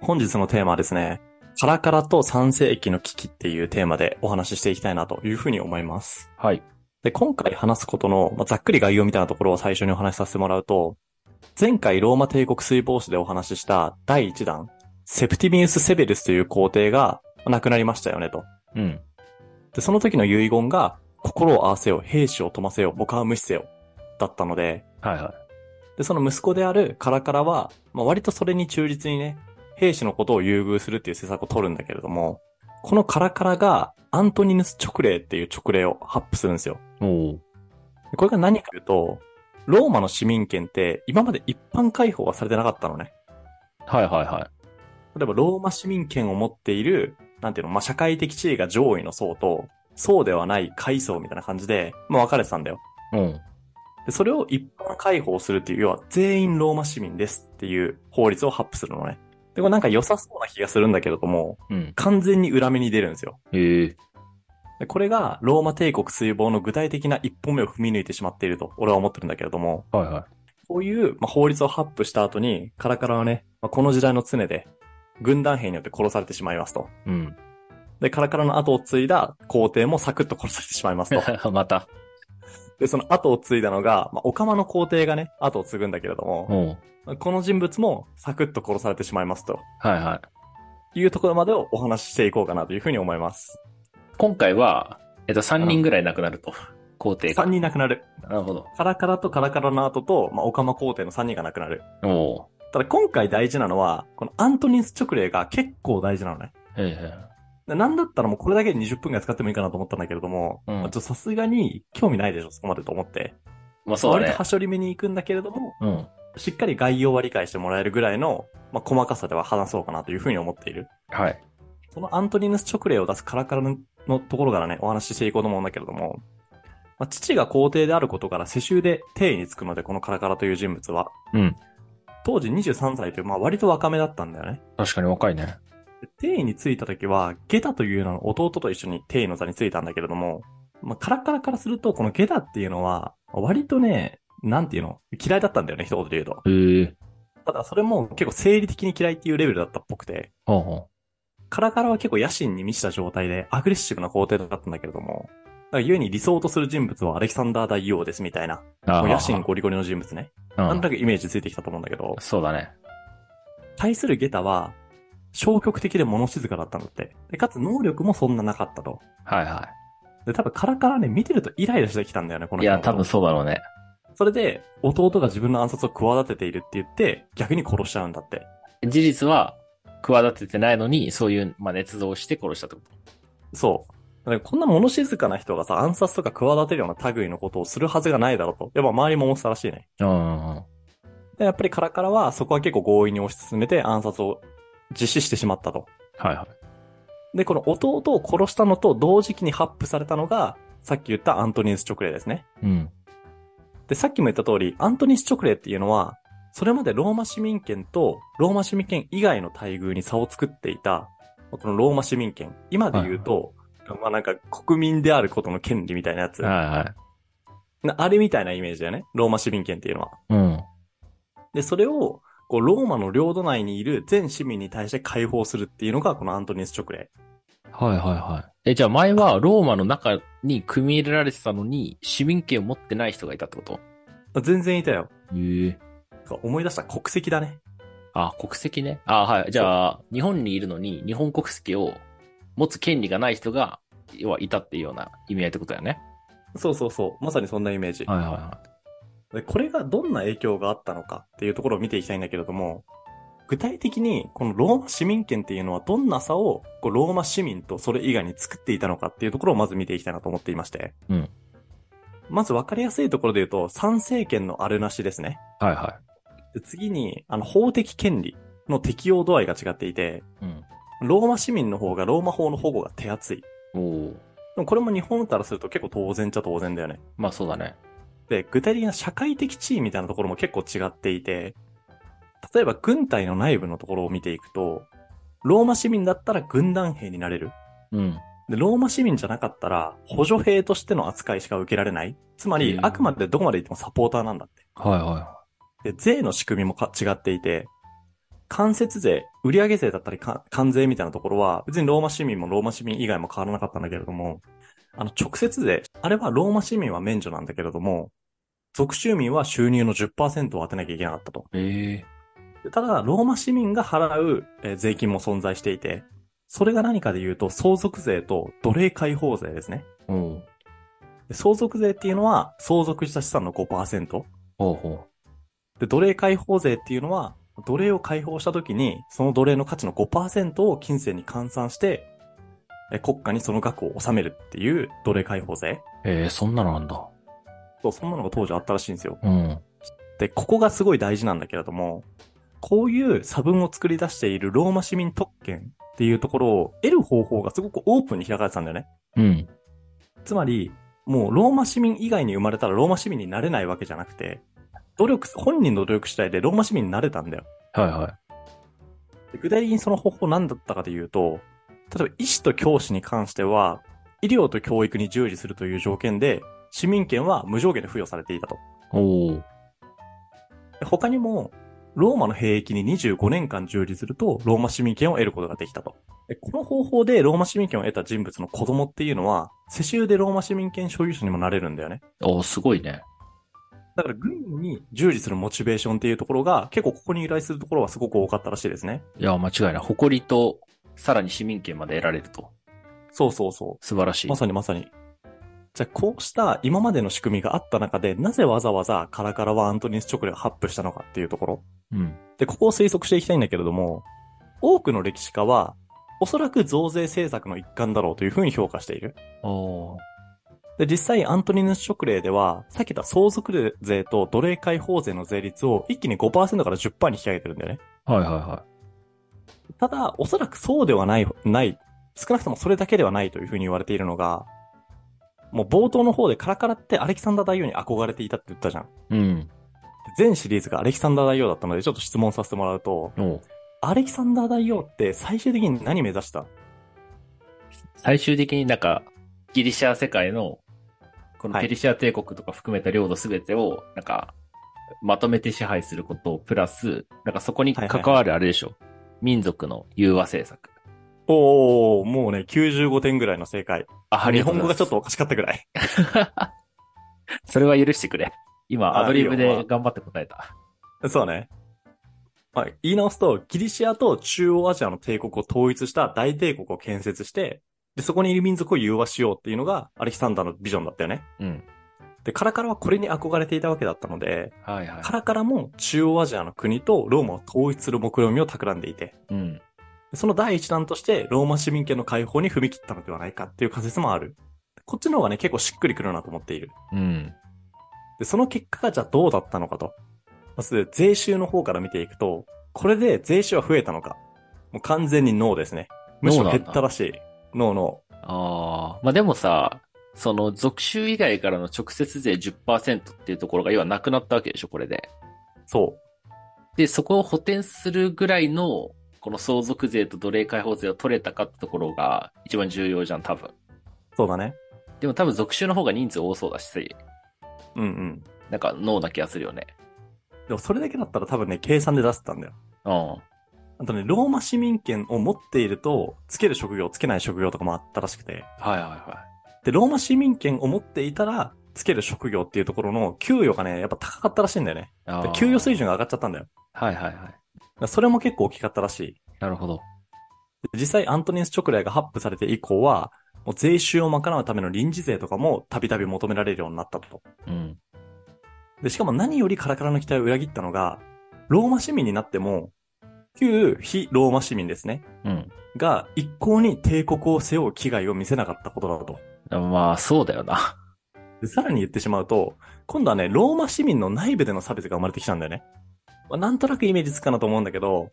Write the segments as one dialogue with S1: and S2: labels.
S1: 本日のテーマはですね、カラカラと3世紀の危機っていうテーマでお話ししていきたいなというふうに思います。
S2: はい。
S1: で、今回話すことの、まあ、ざっくり概要みたいなところを最初にお話しさせてもらうと、前回ローマ帝国水防止でお話しした第1弾、セプティミウス・セベルスという皇帝がまあ亡くなりましたよねと。
S2: うん。
S1: で、その時の遺言が、心を合わせよ、兵士を富ませよ、僕は無視せよ、だったので、
S2: はいは
S1: で、その息子であるカラカラは、まあ、割とそれに中立にね、兵士のことを優遇するっていう施策を取るんだけれども、このカラカラがアントニヌス勅令っていう勅令を発布するんですよ。
S2: い。おお。
S1: でこれが何かというと、ローマの市民権って今まで一般開放はされてなかったのね。
S2: はいはいは
S1: 例えばローマ市民権を持っている、なんていうの、まあ、社会的地位が上位の層と、そうではない階層みたいな感じで、まあ、分かれてたんだよ。
S2: い。うん。
S1: で、それを一般解放するっていう、要は全員ローマ市民ですっていう法律を発布するのね。で、これなんか良さそうな気がするんだけれども、
S2: うん。
S1: 完全に裏目に出るんですよ。
S2: ええ。
S1: で、これがローマ帝国水防の具体的な一歩目を踏み抜いてしまっていると、俺は思ってるんだけれども、
S2: はいは
S1: こういう、まあ、法律を発布した後に、カラカラはね、まあ、この時代の常で、軍団兵によって殺されてしまいますと。
S2: い。うん。
S1: で、カラカラの後を継いだ皇帝もサクッと殺されてしまいます と。
S2: また。
S1: で、その後を継いだのが、まあ、オカマの皇帝がね、後を継ぐんだけれども、
S2: おう
S1: この人物もサクッと殺されてしまいますと
S2: はいはい。
S1: いうところまでをお話ししていこうかなというふうに思います。
S2: 今回は、えっと、3人ぐらい亡くなると。皇帝が。
S1: 3人亡くなる。
S2: なるほど。
S1: カラカラとカラカラの後と、まあ、オカマ皇帝の3人が亡くなる。
S2: おお。
S1: ただ今回大事なのは、このアントニウス勅令が結構大事なのね。
S2: え
S1: でなんだったらもうこれだけで20分ぐらい使ってもいいかなと思ったんだけれども、
S2: うん
S1: まあちょっとさすがに興味ないでしょ、そこまでと思って。
S2: え。まあそう
S1: 割
S2: だ
S1: と
S2: ね
S1: 端。折り目に行くんだけれども、
S2: うん。
S1: しっかり概要は理解してもらえるぐらいの、まあ、細かさでは話そうかなというふうに思っている。
S2: はい。
S1: そのアントニヌス勅令を出すカラカラのところからね、お話ししていこうと思うんだけれども、まあ、父が皇帝であることから世襲で帝位につくので、このカラカラという人物は。
S2: うん。
S1: 当時23歳という、まあ割と若めだったんだよね。
S2: 確かに若いね。
S1: で帝位についた時は、ゲタというのの弟と一緒に帝位の座についたんだけれども、まあカラカラからすると、このゲタっていうのは、割とね、なんていうの嫌いだったんだよね、一言で言うと。
S2: ええ。
S1: ただそれも結構生理的に嫌いっていうレベルだったっぽくて、
S2: ほうほ
S1: カラカラは結構野心に満ちた状態でアグレッシブな皇帝だったんだけれども、だから故に理想とする人物はアレキサンダー大王ですみたいな、
S2: う。あ
S1: も
S2: あ
S1: う野心ゴリゴリの人物ね。
S2: う
S1: なん
S2: ん
S1: となくイメージついてきたと思うんだけど、
S2: そうだね。
S1: 対するゲタは、消極的で物静かだったんだって。で、かつ能力もそんななかったと。
S2: はいは
S1: で、多分カラカラね、見てるとイライラしてきたんだよね、この
S2: い。い
S1: 人の
S2: や、
S1: こと
S2: 多分そうだろうね。
S1: それで、弟が自分の暗殺を企てているって言って、逆に殺しちゃうんだって。
S2: 事実は、企ててないのに、そういう、まあ、捏造して殺したってこ
S1: そう。だからこんな物静かな人がさ、暗殺とか企てるような類のことをするはずがないだろうと。やっぱ周りも思ってたらしいね。
S2: と。うん。
S1: でやっぱりカラカラはそこは結構強引に推し進めて暗殺を実施してしまったと。
S2: はいはい。
S1: で、この弟を殺したのと同時期に発布されたのが、さっき言ったアントニウス勅令ですね。
S2: うん。
S1: で、さっきも言った通り、アントニウス勅令っていうのは、それまでローマ市民権とローマ市民権以外の待遇に差を作っていた、このローマ市民権。今で言うと、まあなんか国民であることの権利みたいなやつ。
S2: はいはい。
S1: なあれみたいなイメージだよね。ローマ市民権っていうのは。
S2: うん。
S1: で、それを、こう、ローマの領土内にいる全市民に対して解放するっていうのが、このアントニウス勅令。
S2: はいはいはい。え、じゃあ前はローマの中に組み入れられてたのに、市民権を持ってない人がいたってこと
S1: 全然いたよ。
S2: ええ。
S1: 思い出した国籍だね。
S2: あ、国籍ね。あ、はい。じゃあ、日本にいるのに、日本国籍を持つ権利がない人が、要はいたっていうような意味合いってことだよね。
S1: そうそうそう。まさにそんなイメージ。
S2: はいはいは
S1: でこれがどんな影響があったのかっていうところを見ていきたいんだけれども、具体的に、このローマ市民権っていうのはどんな差を、こう、ローマ市民とそれ以外に作っていたのかっていうところをまず見ていきたいなと思っていまして。
S2: うん
S1: まず分かりやすいところで言うと、参政権のあるなしですね。
S2: い。はいは
S1: で次に、あの、法的権利の適用度合いが違っていて、
S2: い。
S1: ローマ市民の方がローマ法の保護が手厚い。で
S2: うん。おお。
S1: もこれも日本からすると結構当然っちゃ当然だよね。
S2: まあそうだね。
S1: で、具体的な社会的地位みたいなところも結構違っていて、例えば軍隊の内部のところを見ていくと、ローマ市民だったら軍団兵になれる。
S2: うん。
S1: で、ローマ市民じゃなかったら補助兵としての扱いしか受けられない。つまり
S2: う、ん
S1: あくまでどこまで行ってもサポーターなんだって。
S2: はいは
S1: で、税の仕組みもか違っていて、間接税、売上税だったりか関税みたいなところは、別にローマ市民もローマ市民以外も変わらなかったんだけれども、あの、直接税、あれはローマ市民は免除なんだけれども、属州民は収入の10%を当てなきゃいけなかったと。
S2: え
S1: でただ、ローマ市民が払う、えー税金も存在していて、それが何かで言うと、相続税と奴隷解放税ですね。
S2: えうん。
S1: で相続税っていうのは、相続した資産の5%。
S2: ほうほ
S1: で、奴隷解放税っていうのは、奴隷を解放した時に、その奴隷の価値の5%を金銭に換算して、え国家にその額を納めるっていう奴隷解放税。
S2: う。ええそんなのなんだ。
S1: そう、そんなのが当時あったらしいんですよ。
S2: うん。
S1: で、ここがすごい大事なんだけれども、こういう差分を作り出しているローマ市民特権っていうところを得る方法がすごくオープンに開かれてたんだよね。
S2: うん。
S1: つまり、もうローマ市民以外に生まれたらローマ市民になれないわけじゃなくて、努力、本人の努力次第でローマ市民になれたんだよ。
S2: はいは
S1: で具体的にその方法何だったかというと、例えば医師と教師に関しては、医療と教育に従事するという条件で、市民権は無条件で付与されていたと。
S2: い。おお。
S1: で他にも、ローマの兵役に25年間従事すると、ローマ市民権を得ることができたと。でこの方法でローマ市民権を得た人物の子供っていうのは、世襲でローマ市民権所有者にもなれるんだよね。
S2: おーすごいね。
S1: だから軍務に従事するモチベーションっていうところが、結構ここに由来するところはすごく多かったらしいですね。
S2: いや、間違いない。誇りと、さらに市民権まで得られると。
S1: そうそうそう。
S2: 素晴らしい。
S1: まさにまさに。じゃあ、こうした今までの仕組みがあった中で、なぜわざわざカラカラはアントニス・チョクレを発布したのかっていうところ。
S2: うん。
S1: で、ここを推測していきたいんだけれども、多くの歴史家は、おそらく増税政策の一環だろうというふうに評価している。
S2: おー
S1: で、実際アントニヌス・チョクレーでは、さっき言った相続税と奴隷解放税の税率を一気に5%から10%に引き上げてるんだよね。
S2: はいはいは
S1: ただ、おそらくそうではない、ない、少なくともそれだけではないというふうに言われているのが、もう冒頭の方でカラカラってアレキサンダー大王に憧れていたって言ったじゃん。
S2: い。うん。
S1: 全シリーズがアレキサンダー大王だったので、ちょっと質問させてもらうと、
S2: おー
S1: アレキサンダー大王って最終的に何目指した
S2: 最終的になんか、ギリシャ世界の、この
S1: はい
S2: ペリシア帝国とか含めた領土すべてを、なんか、まとめて支配することをプラス、なんかそこに関わるあれでしょ。民族の融和政策。
S1: おー、もうね、95点ぐらいの正解。
S2: あ、あり
S1: 日
S2: とう
S1: 本語
S2: ご
S1: が
S2: ざい
S1: ち
S2: ま
S1: ょっとおかしかったぐらい。
S2: す。それは許してくれ。今、
S1: あ
S2: アドリブ
S1: いいよま
S2: で
S1: あ
S2: 頑張って答えた。
S1: そうね。まあ、言い直すと、ギリシアと中央アジアの帝国を統一した大帝国を建設して、で、そこにいる民族を融和しようっていうのが、アレキサンダーのビジョンだったよね。
S2: うん。
S1: で、カラカラはこれに憧れていたわけだったので、
S2: はいは
S1: カラカラも中央アジアの国とローマを統一する目論みを企んでいて、
S2: い。うん。
S1: その第一弾としてローマ市民権の解放に踏み切ったのではないかっていう仮説もある。こっちの方がね、結構しっくりくるなと思っている。
S2: うん。
S1: で、その結果がじゃあどうだったのかと。まず、税収の方から見ていくと、これで税収は増えたのか。もう完全にノーですね。むしろ
S2: ノーなん
S1: 減
S2: だ
S1: ったらしい。ノーノー。
S2: ああ、まあでもさ、その、属州以外からの直接税10%っていうところが要はなくなったわけでしょ、これで。
S1: そう。
S2: で、そこを補填するぐらいの、この相続税と奴隷解放税を取れたかってところが一番重要じゃん、多分。
S1: そうだね。
S2: でも多分属州の方が人数多そうだし、
S1: うんうん。
S2: なんか脳な気がするよね。
S1: でもそれだけだったら多分ね、計算で出せたんだよ。
S2: うん。
S1: あとね、ローマ市民権を持っていると、つける職業、つけない職業とかもあったらしくて。
S2: はいはいは
S1: で、ローマ市民権を持っていたら、つける職業っていうところの給与がね、やっぱ高かったらしいんだよね。
S2: いあ
S1: で
S2: ー。
S1: 給与水準が上がっちゃったんだよ。だか
S2: はいはいはい。
S1: らそれも結構大きかったらしい。
S2: なるほど。
S1: で実際アントニウス・チョクレイが発布されて以降は、もう税収を賄うための臨時税とかもたびたび求められるようになったと。
S2: うん。
S1: で、しかも何よりカラカラの期待を裏切ったのが、ローマ市民になっても、旧非ローマ市民ですね。
S2: うん。
S1: が一向に帝国を背負う危害を見せなかったことだと。
S2: まあ、そうだよな。
S1: でさらに言ってしまうと、今度はね、ローマ市民の内部での差別が生まれてきたんだよね。まあ、なんとなくイメージつくかなと思うんだけど、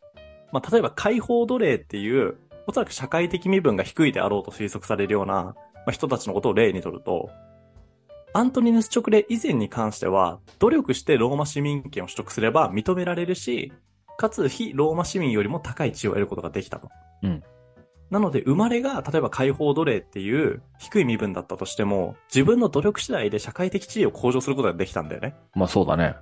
S1: まあ、例えば解放奴隷っていう、おそらく社会的身分が低いであろうと推測されるような、まあ、人たちのことを例にとると、アントニヌス・チョクレ以前に関しては、努力してローマ市民権を取得すれば認められるし、かつ非ローマ市民よりも高い地位を得ることができたと。
S2: うん
S1: なので、生まれが、例えば解放奴隷っていう低い身分だったとしても、自分の努力次第で社会的地位を向上することができたんだよね。
S2: まあ、そうだね。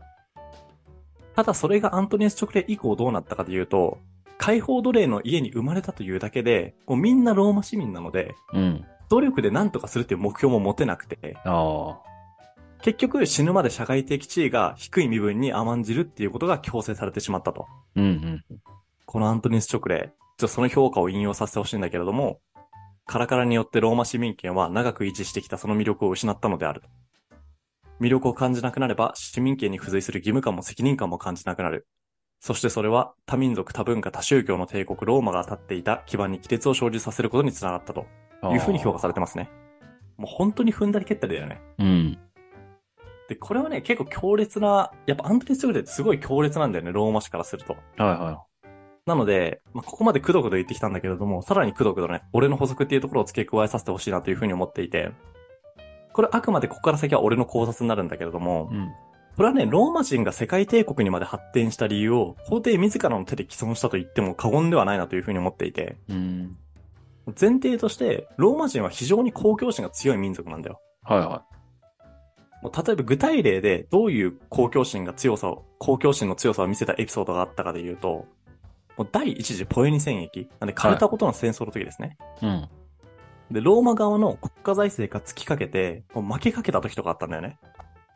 S1: ただそれがアントニウス・チョクレ以降どうなったかというと、解放奴隷の家に生まれたというだけで、もうみんなローマ市民なので、
S2: うん。
S1: 努力で何とかするっていう目標も持てなくて、
S2: ああ。
S1: 結局死ぬまで社会的地位が低い身分に甘んじるっていうことが強制されてしまったと。
S2: うんうん。
S1: このアントニウス・チョクレ、ちょっとその評価を引用させてほしいんだけれども、カラカラによってローマ市民権は長く維持してきたその魅力を失ったのであると。魅力を感じなくなれば、市民権に付随する義務感も責任感も感じなくなる。そしてそれは、多民族、多文化、多宗教の帝国ローマが立っていた基盤に亀裂を生じさせることにつながったというふうに評価されてますね。もう本当に踏んだり蹴ったりだよね。
S2: うん。
S1: で、これはね、結構強烈な、やっぱアントニス・チョクレってすごい強烈なんだよね、ローマ市からすると。
S2: はいは
S1: なので、まあ、ここまでくどくど言ってきたんだけれども、さらにくどくどね、俺の補足っていうところを付け加えさせてほしいなというふうに思っていて、これあくまでここから先は俺の考察になるんだけれども
S2: い。、うん。
S1: これはね、ローマ人が世界帝国にまで発展した理由を、皇帝自らの手で既存したと言っても過言ではないなというふうに思っていて、
S2: うん。
S1: 前提として、ローマ人は非常に公共心が強い民族なんだよ。
S2: はいは
S1: もう例えば具体例でどういう公共心が強さを、公共心の強さを見せたエピソードがあったかで言うと、もう第一次ポエニ戦役、なんでカルタゴとの戦争の時ですね。
S2: い。うん。
S1: で、ローマ側の国家財政が突きかけて、もう負けかけた時とかあったんだよね。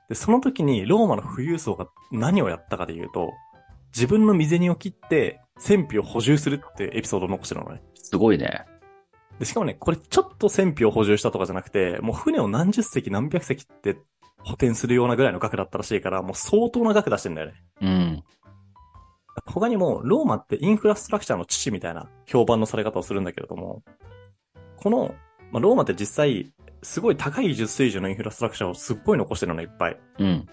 S1: で、その時にローマの富裕層が何をやったかで言うと、自分の身銭を切って戦費を補充するってエピソードを残してるのね。
S2: すごいね。
S1: で、しかもね、これちょっと戦費を補充したとかじゃなくて、もう船を何十隻何百隻って補填するようなぐらいの額だったらしいから、もう相当な額出してんだよね。
S2: うん。
S1: 他にも、ローマってインフラストラクチャーの父みたいな評判のされ方をするんだけれども、この、まあ、ローマって実際、すごい高い技術水準のインフラストラクチャーをすっごい残してるのね、いっぱい。
S2: うん。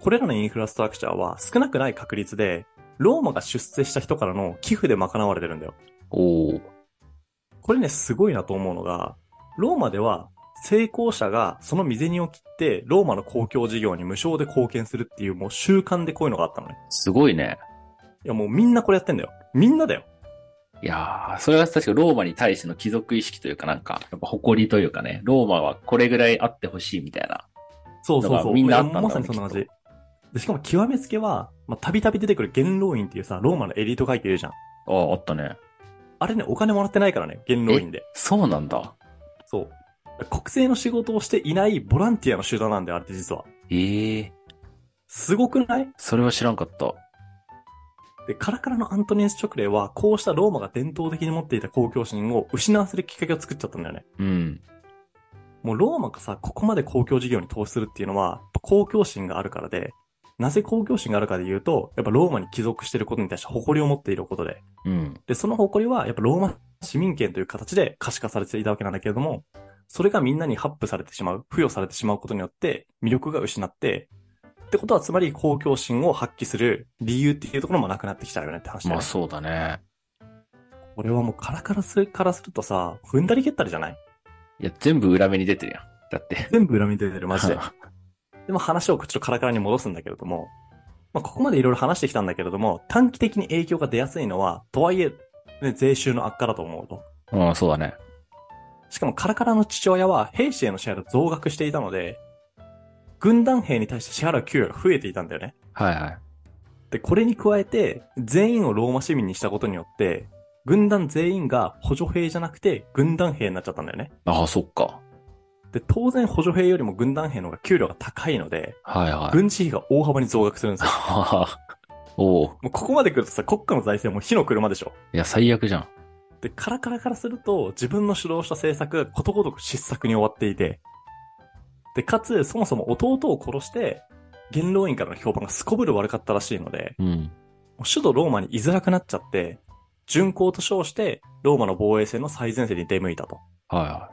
S1: これらのインフラストラクチャーは少なくない確率で、ローマが出世した人からの寄付で賄われてるんだよ。
S2: おー。
S1: これね、すごいなと思うのが、ローマでは、成功者がその身銭を切って、ローマの公共事業に無償で貢献するっていう、もう習慣でこういうのがあったのね。
S2: すごいね。
S1: いや、もうみんなこれやってんだよ。みんなだよ。
S2: いやー、それは確かローマに対しての貴族意識というかなんか、やっぱ誇りというかね、ローマはこれぐらいあってほしいみたいな。
S1: そうそう
S2: だか
S1: そう。
S2: らみんなあったんだろう
S1: ま
S2: ね
S1: さにそんな感
S2: きっ
S1: じ。で、しかも極めつけは、まあ、たびたび出てくる元老院っていうさ、ローマのエリート階級いるじゃん。
S2: ああ、あったね。
S1: あれね、お金もらってないからね、元老院で。
S2: そうなんだ。
S1: そう。国政の仕事をしていないボランティアの集団なんだよ、あれって実は。
S2: ええー、
S1: すごくない
S2: それは知らんかった。
S1: で、カラカラのアントニウス・チョクレイは、こうしたローマが伝統的に持っていた公共心を失わせるきっかけを作っちゃったんだよね。
S2: うん。
S1: もうローマがさ、ここまで公共事業に投資するっていうのは、やっぱ公共心があるからで、なぜ公共心があるかで言うと、やっぱローマに帰属してることに対して誇りを持っていることで、
S2: うん。
S1: で、その誇りは、やっぱローマ市民権という形で可視化されていたわけなんだけれども、それがみんなに発布されてしまう、付与されてしまうことによって、魅力が失って、ってことはつまり公共心を発揮する理由っていうところもなくなってきちゃうよねって話だよ
S2: ま
S1: ね
S2: あそうだね。
S1: これはもうカラカラするからするとさ、踏んだり蹴ったりじゃない
S2: いや、全部裏目に出てるやん。だって。
S1: 全部恨み出てる、マジで
S2: は。
S1: でも話をちょっとカラカラに戻すんだけれども、まあ、ここまでいろいろ話してきたんだけれども、短期的に影響が出やすいのは、とはいえ、ね、税収の悪化だと思うと。
S2: うん、そうだね。
S1: しかもカラカラの父親は兵士への支払いを増額していたので、軍団兵に対して支払う給与が増えていたんだよね。
S2: はいはい。
S1: で、これに加えて、全員をローマ市民にしたことによって、軍団全員が補助兵じゃなくて軍団兵になっちゃったんだよね。
S2: ああ、そっか。
S1: で、当然補助兵よりも軍団兵の方が給料が高いので、
S2: はいはい。
S1: 軍事費が大幅に増額するんですよ。
S2: おお
S1: もうここまで来るとさ、国家の財政も火の車でしょ。
S2: いや、最悪じゃん。
S1: で、カラカラからすると、自分の主導した政策がことごとく失策に終わっていて、で、かつ、そもそも弟を殺して、元老院からの評判がすこぶる悪かったらしいので、
S2: うん。
S1: もう首都ローマに居づらくなっちゃって、巡航と称して、ローマの防衛戦の最前線に出向いたと。
S2: はいは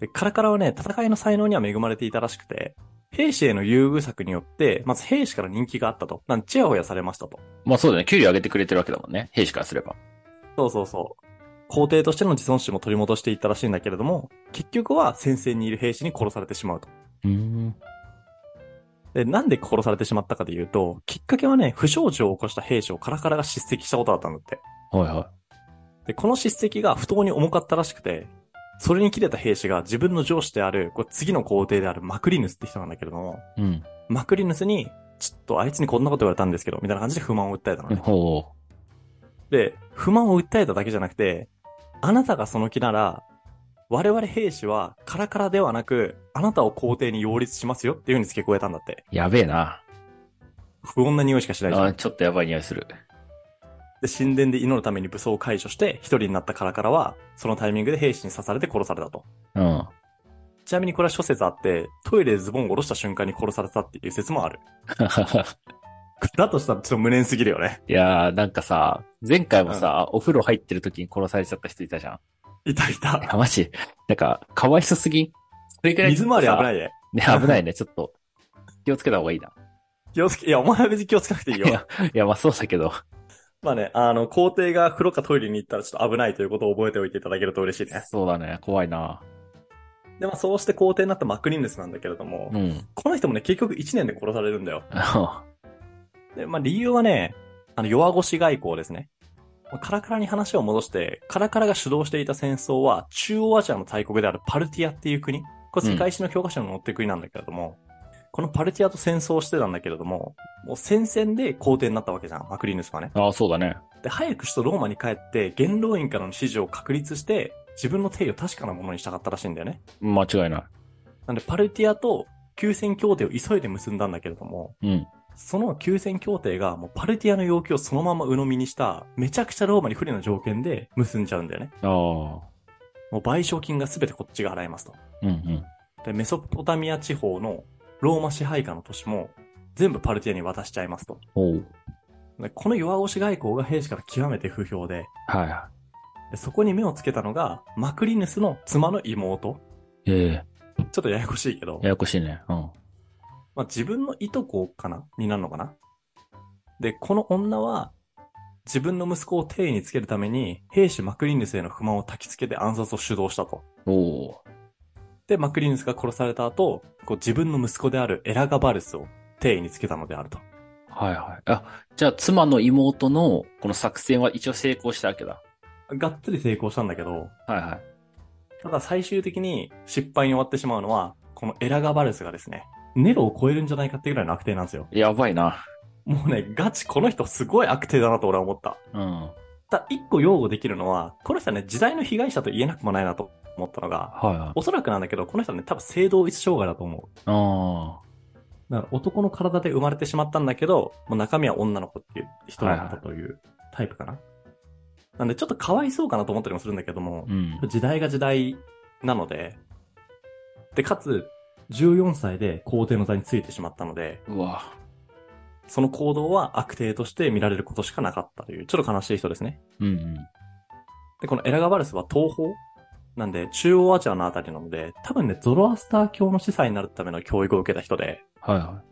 S1: で、カラカラはね、戦いの才能には恵まれていたらしくて、兵士への優遇策によって、まず兵士から人気があったと。なんで、ちやほやされましたと。
S2: い。まあそうだね。給料上げてくれてるわけだもんね。兵士からすれば。
S1: そうそうそう。皇帝としての自尊心も取り戻していったらしいんだけれども、結局は戦線にいる兵士に殺されてしまうと。
S2: うん。
S1: で、なんで殺されてしまったかで言うと、きっかけはね、不祥事を起こした兵士をカラカラが叱責したことだったんだって。
S2: はいは
S1: で、この叱責が不当に重かったらしくて、それに切れた兵士が自分の上司である、これ次の皇帝であるマクリヌスって人なんだけれども、
S2: い。うん。
S1: マクリヌスに、ちょっとあいつにこんなこと言われたんですけど、みたいな感じで不満を訴えたのね。
S2: ほ
S1: で、不満を訴えただけじゃなくて、あなたがその気なら、我々兵士はカラカラではなく、あなたを皇帝に擁立しますよっていうふうに付け加えたんだって。
S2: う。やべえな。
S1: 不穏な匂いしかしないじゃん。
S2: あちょっとやばい匂いする。
S1: で、神殿で祈るために武装を解除して、一人になったカラカラは、そのタイミングで兵士に刺されて殺されたと。
S2: うん。
S1: ちなみにこれは諸説あって、トイレでズボンを下ろした瞬間に殺されたっていう説もある。だとしたらちょっと無念すぎるよね。
S2: いやー、なんかさ、前回もさ、お風呂入ってる時に殺されちゃった人いたじゃん。
S1: いたい
S2: い
S1: た。
S2: や、マジ。なんか、かわいそすぎんそれくらい。
S1: 水回り危ない いね。
S2: ね、危ないね。ちょっと、気をつけた方がいいな。
S1: 気をつけ、いや、お前は別に気をつけなくていいよ
S2: い。や、いやまあそうだけど。
S1: まあね、あの、皇帝が風呂かトイレに行ったらちょっと危ないということを覚えておいていただけると嬉しいね。
S2: そうだね。怖いな。
S1: で、まあそうして皇帝になったマクリンヌスなんだけれども、
S2: うん。
S1: この人もね、結局1年で殺されるんだよ。で、まあ理由はね、あの、弱腰外交ですね。まあカラカラに話を戻して、カラカラが主導していた戦争は、中央アジアの大国であるパルティアっていう国。これ世界史の教科書に載ってる国なんだけれども、このパルティアと戦争をしてたんだけれども、もう戦線で皇帝になったわけじゃん、マクリヌスはね。
S2: ああ、そうだね。
S1: で、早く首都ローマに帰って、元老院からの指示を確立して、自分の定位を確かなものにしたかったらしいんだよね。
S2: 間違いな
S1: なんで、パルティアと休戦協定を急いで結んだんだけれども、
S2: い。うん。
S1: その休戦協定がもうパルティアの要求をそのまま鵜呑みにした、めちゃくちゃローマに不利な条件で結んじゃうんだよね。
S2: ああ。
S1: もう賠償金が全てこっちが払いますと。
S2: うんうん。
S1: で、メソポタミア地方のローマ支配下の都市も全部パルティアに渡しちゃいますと。
S2: おう。
S1: でこの弱腰外交が兵士から極めて不評で、
S2: はいは
S1: でそこに目をつけたのが、マクリヌスの妻の妹。
S2: い。ええ
S1: ちょっとややこしいけど、
S2: ややこしいね。うん。
S1: まあ、自分のいとこかなになるのかなで、この女は、自分の息子を定位につけるために、兵士マクリヌスへの不満を焚きつけて暗殺を主導したと。
S2: おう。
S1: で、マクリヌスが殺された後、こう自分の息子であるエラガバルスを定位につけたのであると。
S2: はいはい。あ、じゃあ妻の妹のこの作戦は一応成功したわけだ。
S1: がっつり成功したんだけど、
S2: はいはい。
S1: ただ最終的に失敗に終わってしまうのは、このエラガバルスがですね、ネロを超えるんじゃないかってぐらいの悪手なんですよ。
S2: やばいな。
S1: もうね、ガチこの人すごい悪手だなと俺は思った。
S2: うん。
S1: ただ、一個擁護できるのは、この人はね、時代の被害者と言えなくもないなと思ったのが、
S2: はいはい。
S1: おそらくなんだけど、この人はね、多分性同一障害だと思う。
S2: あ
S1: だから男の体で生まれてしまったんだけど、もう中身は女の子っていう人だったというタイプかな。なんで、ちょっとかわいそうかなと思ったりもするんだけども
S2: あ。う、ん。
S1: 時代が時代なので、で、かつ、14歳で皇帝の座についてしまったので、
S2: うわ。
S1: その行動は悪帝として見られることしかなかったという、ちょっと悲しい人ですね。
S2: うんうん。
S1: で、このエラガバルスは東方なんで、中央アジアのあたりなので、多分ね、ゾロアスター教の司祭になるための教育を受けた人で、
S2: はいは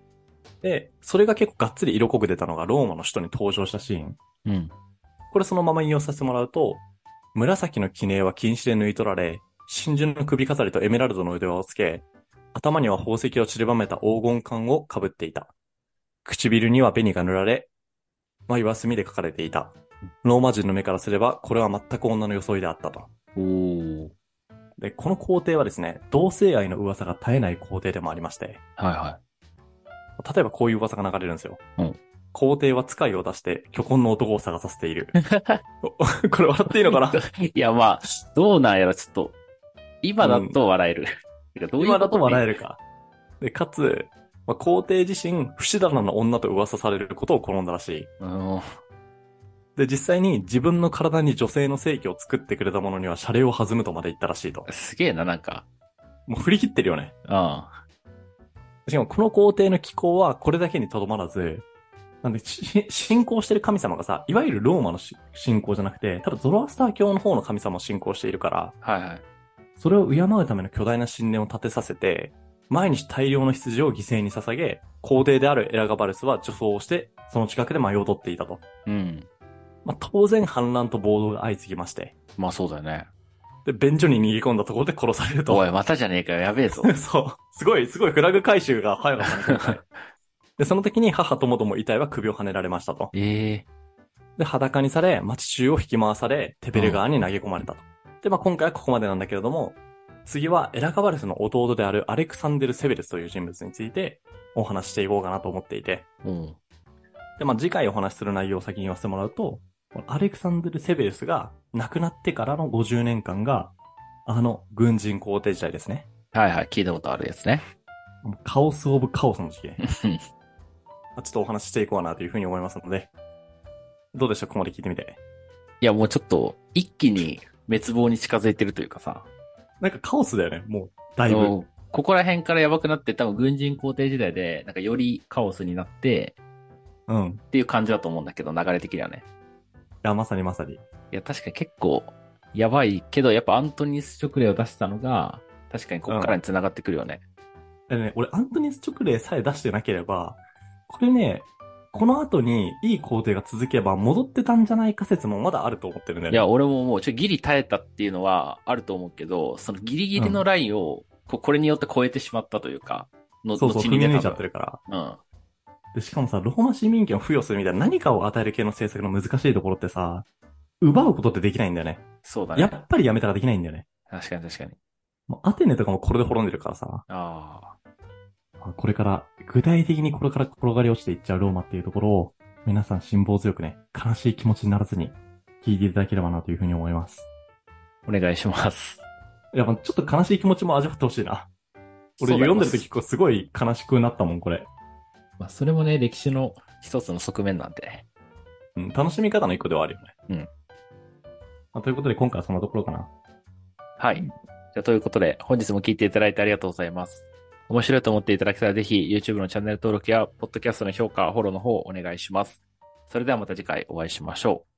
S1: で、それが結構がっつり色濃く出たのがローマの首都に登場したシーン。
S2: い。うん。
S1: これそのまま引用させてもらうと、紫の記念は禁止で抜い取られ、真珠の首飾りとエメラルドの腕輪をつけ、頭には宝石を散りばめた黄金冠を被っていた。唇には紅が塗られ、眉は墨で書かれていた。ローマ人の目からすれば、これは全く女の装いであったと。
S2: おお。
S1: で、この皇帝はですね、同性愛の噂が絶えない皇帝でもありまして、
S2: はいは
S1: 例えばこういう噂が流れるんですよ。
S2: うん。
S1: 皇帝は使いを出して、巨根の男を探させている。 おこれ笑っていいのかない
S2: いやまあ、どうなんやらちょっと、今だと笑える。てかどういう
S1: 今だと笑え
S2: る。
S1: るか。で、かつ、まあ、皇帝自身、不死だなの女と噂されることを好んだらしい。
S2: うん。
S1: で、実際に自分の体に女性の性器を作ってくれた者には謝礼を弾むとまで言ったらしいと。
S2: すげえな、なんか。
S1: もう振り切ってるよね。
S2: あ
S1: しかもこの皇帝の気候はこれだけにとどまらず、なんで、し信仰してる神様がさ、いわゆるローマのし信仰じゃなくて、ただゾロアスター教の方の神様を信仰しているから、
S2: あ。はいはい。
S1: それを敬うための巨大な神殿を建てさせて、毎日大量の羊を犠牲に捧げ、皇帝であるエラガバルスは女装をして、その近くで舞を踊っていたと。
S2: うん。
S1: まあ、当然反乱と暴動が相次ぎまして、
S2: まあそうだよね。
S1: で、便所に逃げ込んだところで殺される
S2: お
S1: と。
S2: い、またじゃねえかよ。やべえぞ。
S1: そう。すごい、すごいフラグ回収が早かったね今回で、その時に母ともども遺体は首をはねられましたと。
S2: ええ
S1: で、裸にされ、町中を引き回され、テベレ川に投げ込まれたと。で、まあ、今回はここまでなんだけれども、次はエラカバルスの弟であるアレクサンデル・セベレスという人物について、お話ししていこうかなと思っていて。
S2: うん。
S1: で、まあ、次回お話しする内容を先に言わせてもらうと、このアレクサンドル・セベウスが亡くなってからの50年間が、あの軍人皇帝時代ですね。
S2: はいはい、聞いたことあるやつね。
S1: カオス・オブ・カオスの時期。
S2: うん
S1: まあちょっとお話ししていこうかなというふうに思いますので、どうでしたここまで聞いてみて。
S2: いや、もうちょっと、一気に滅亡に近づいてるというかさ、
S1: なんかカオスだよね、もう、だ
S2: あ
S1: いぶ。
S2: のここら辺からやばくなって、多分軍人皇帝時代で、なんかよりカオスになって、
S1: うん。い
S2: っていう感じだと思うんだけど、流れ的にはね。
S1: や、まさにまさに。
S2: いや、確かに結構、やばいけど、やっぱアントニス・ショクレを出したのが、確かにここからに繋がってくるよね。
S1: でね、俺、アントニス・チョクレイさえ出してなければ、これね、この後にいい皇帝が続けば戻ってたんじゃないか説もまだあると思ってるんだよ
S2: い
S1: ね。
S2: や、俺ももう、ちょ、ギリ耐えたっていうのはあると思うけど、そのギリギリのラインを、ここれによって超えてしまったというか、の、
S1: そうそう、
S2: 後
S1: 踏
S2: に
S1: み
S2: ね
S1: 抜い
S2: 多
S1: ちゃ
S2: 分
S1: ってるから。
S2: うん。
S1: で、しかもさ、ローマ市民権を付与するみたいな何かを与える系の政策の難しいところってさ、奪うことってできないんだよね。
S2: そうだ
S1: や
S2: ね。
S1: っぱりやめたらできないんだよね。
S2: 確かに確かに。
S1: もうアテネとかもこれで滅んでるからさ、
S2: ああ。
S1: あこれから、具体的にこれから転がり落ちていっちゃうローマっていうところを、皆さん辛抱強くね、悲しい気持ちにならずに、聞いていただければなというふうに思います。
S2: お願いします。
S1: いやっぱちょっと悲しい気持ちも味わってほしいな。俺
S2: そうだよ
S1: 読んでると結構すごい悲しくなったもん、これ。
S2: まあ、それもね、歴史の一つの側面なんでね。
S1: うん、楽しみ方の一個ではあるよね。
S2: うん。
S1: まあ、ということで今回はそんなところかな。
S2: はい。じゃあ、ということで、本日も聞いていただいてありがとうございます。面白いと思っていただけたら、ぜひ、YouTube のチャンネル登録や、ポッドキャストの評価、フォローの方、お願いします。それではまた次回お会いしましょう。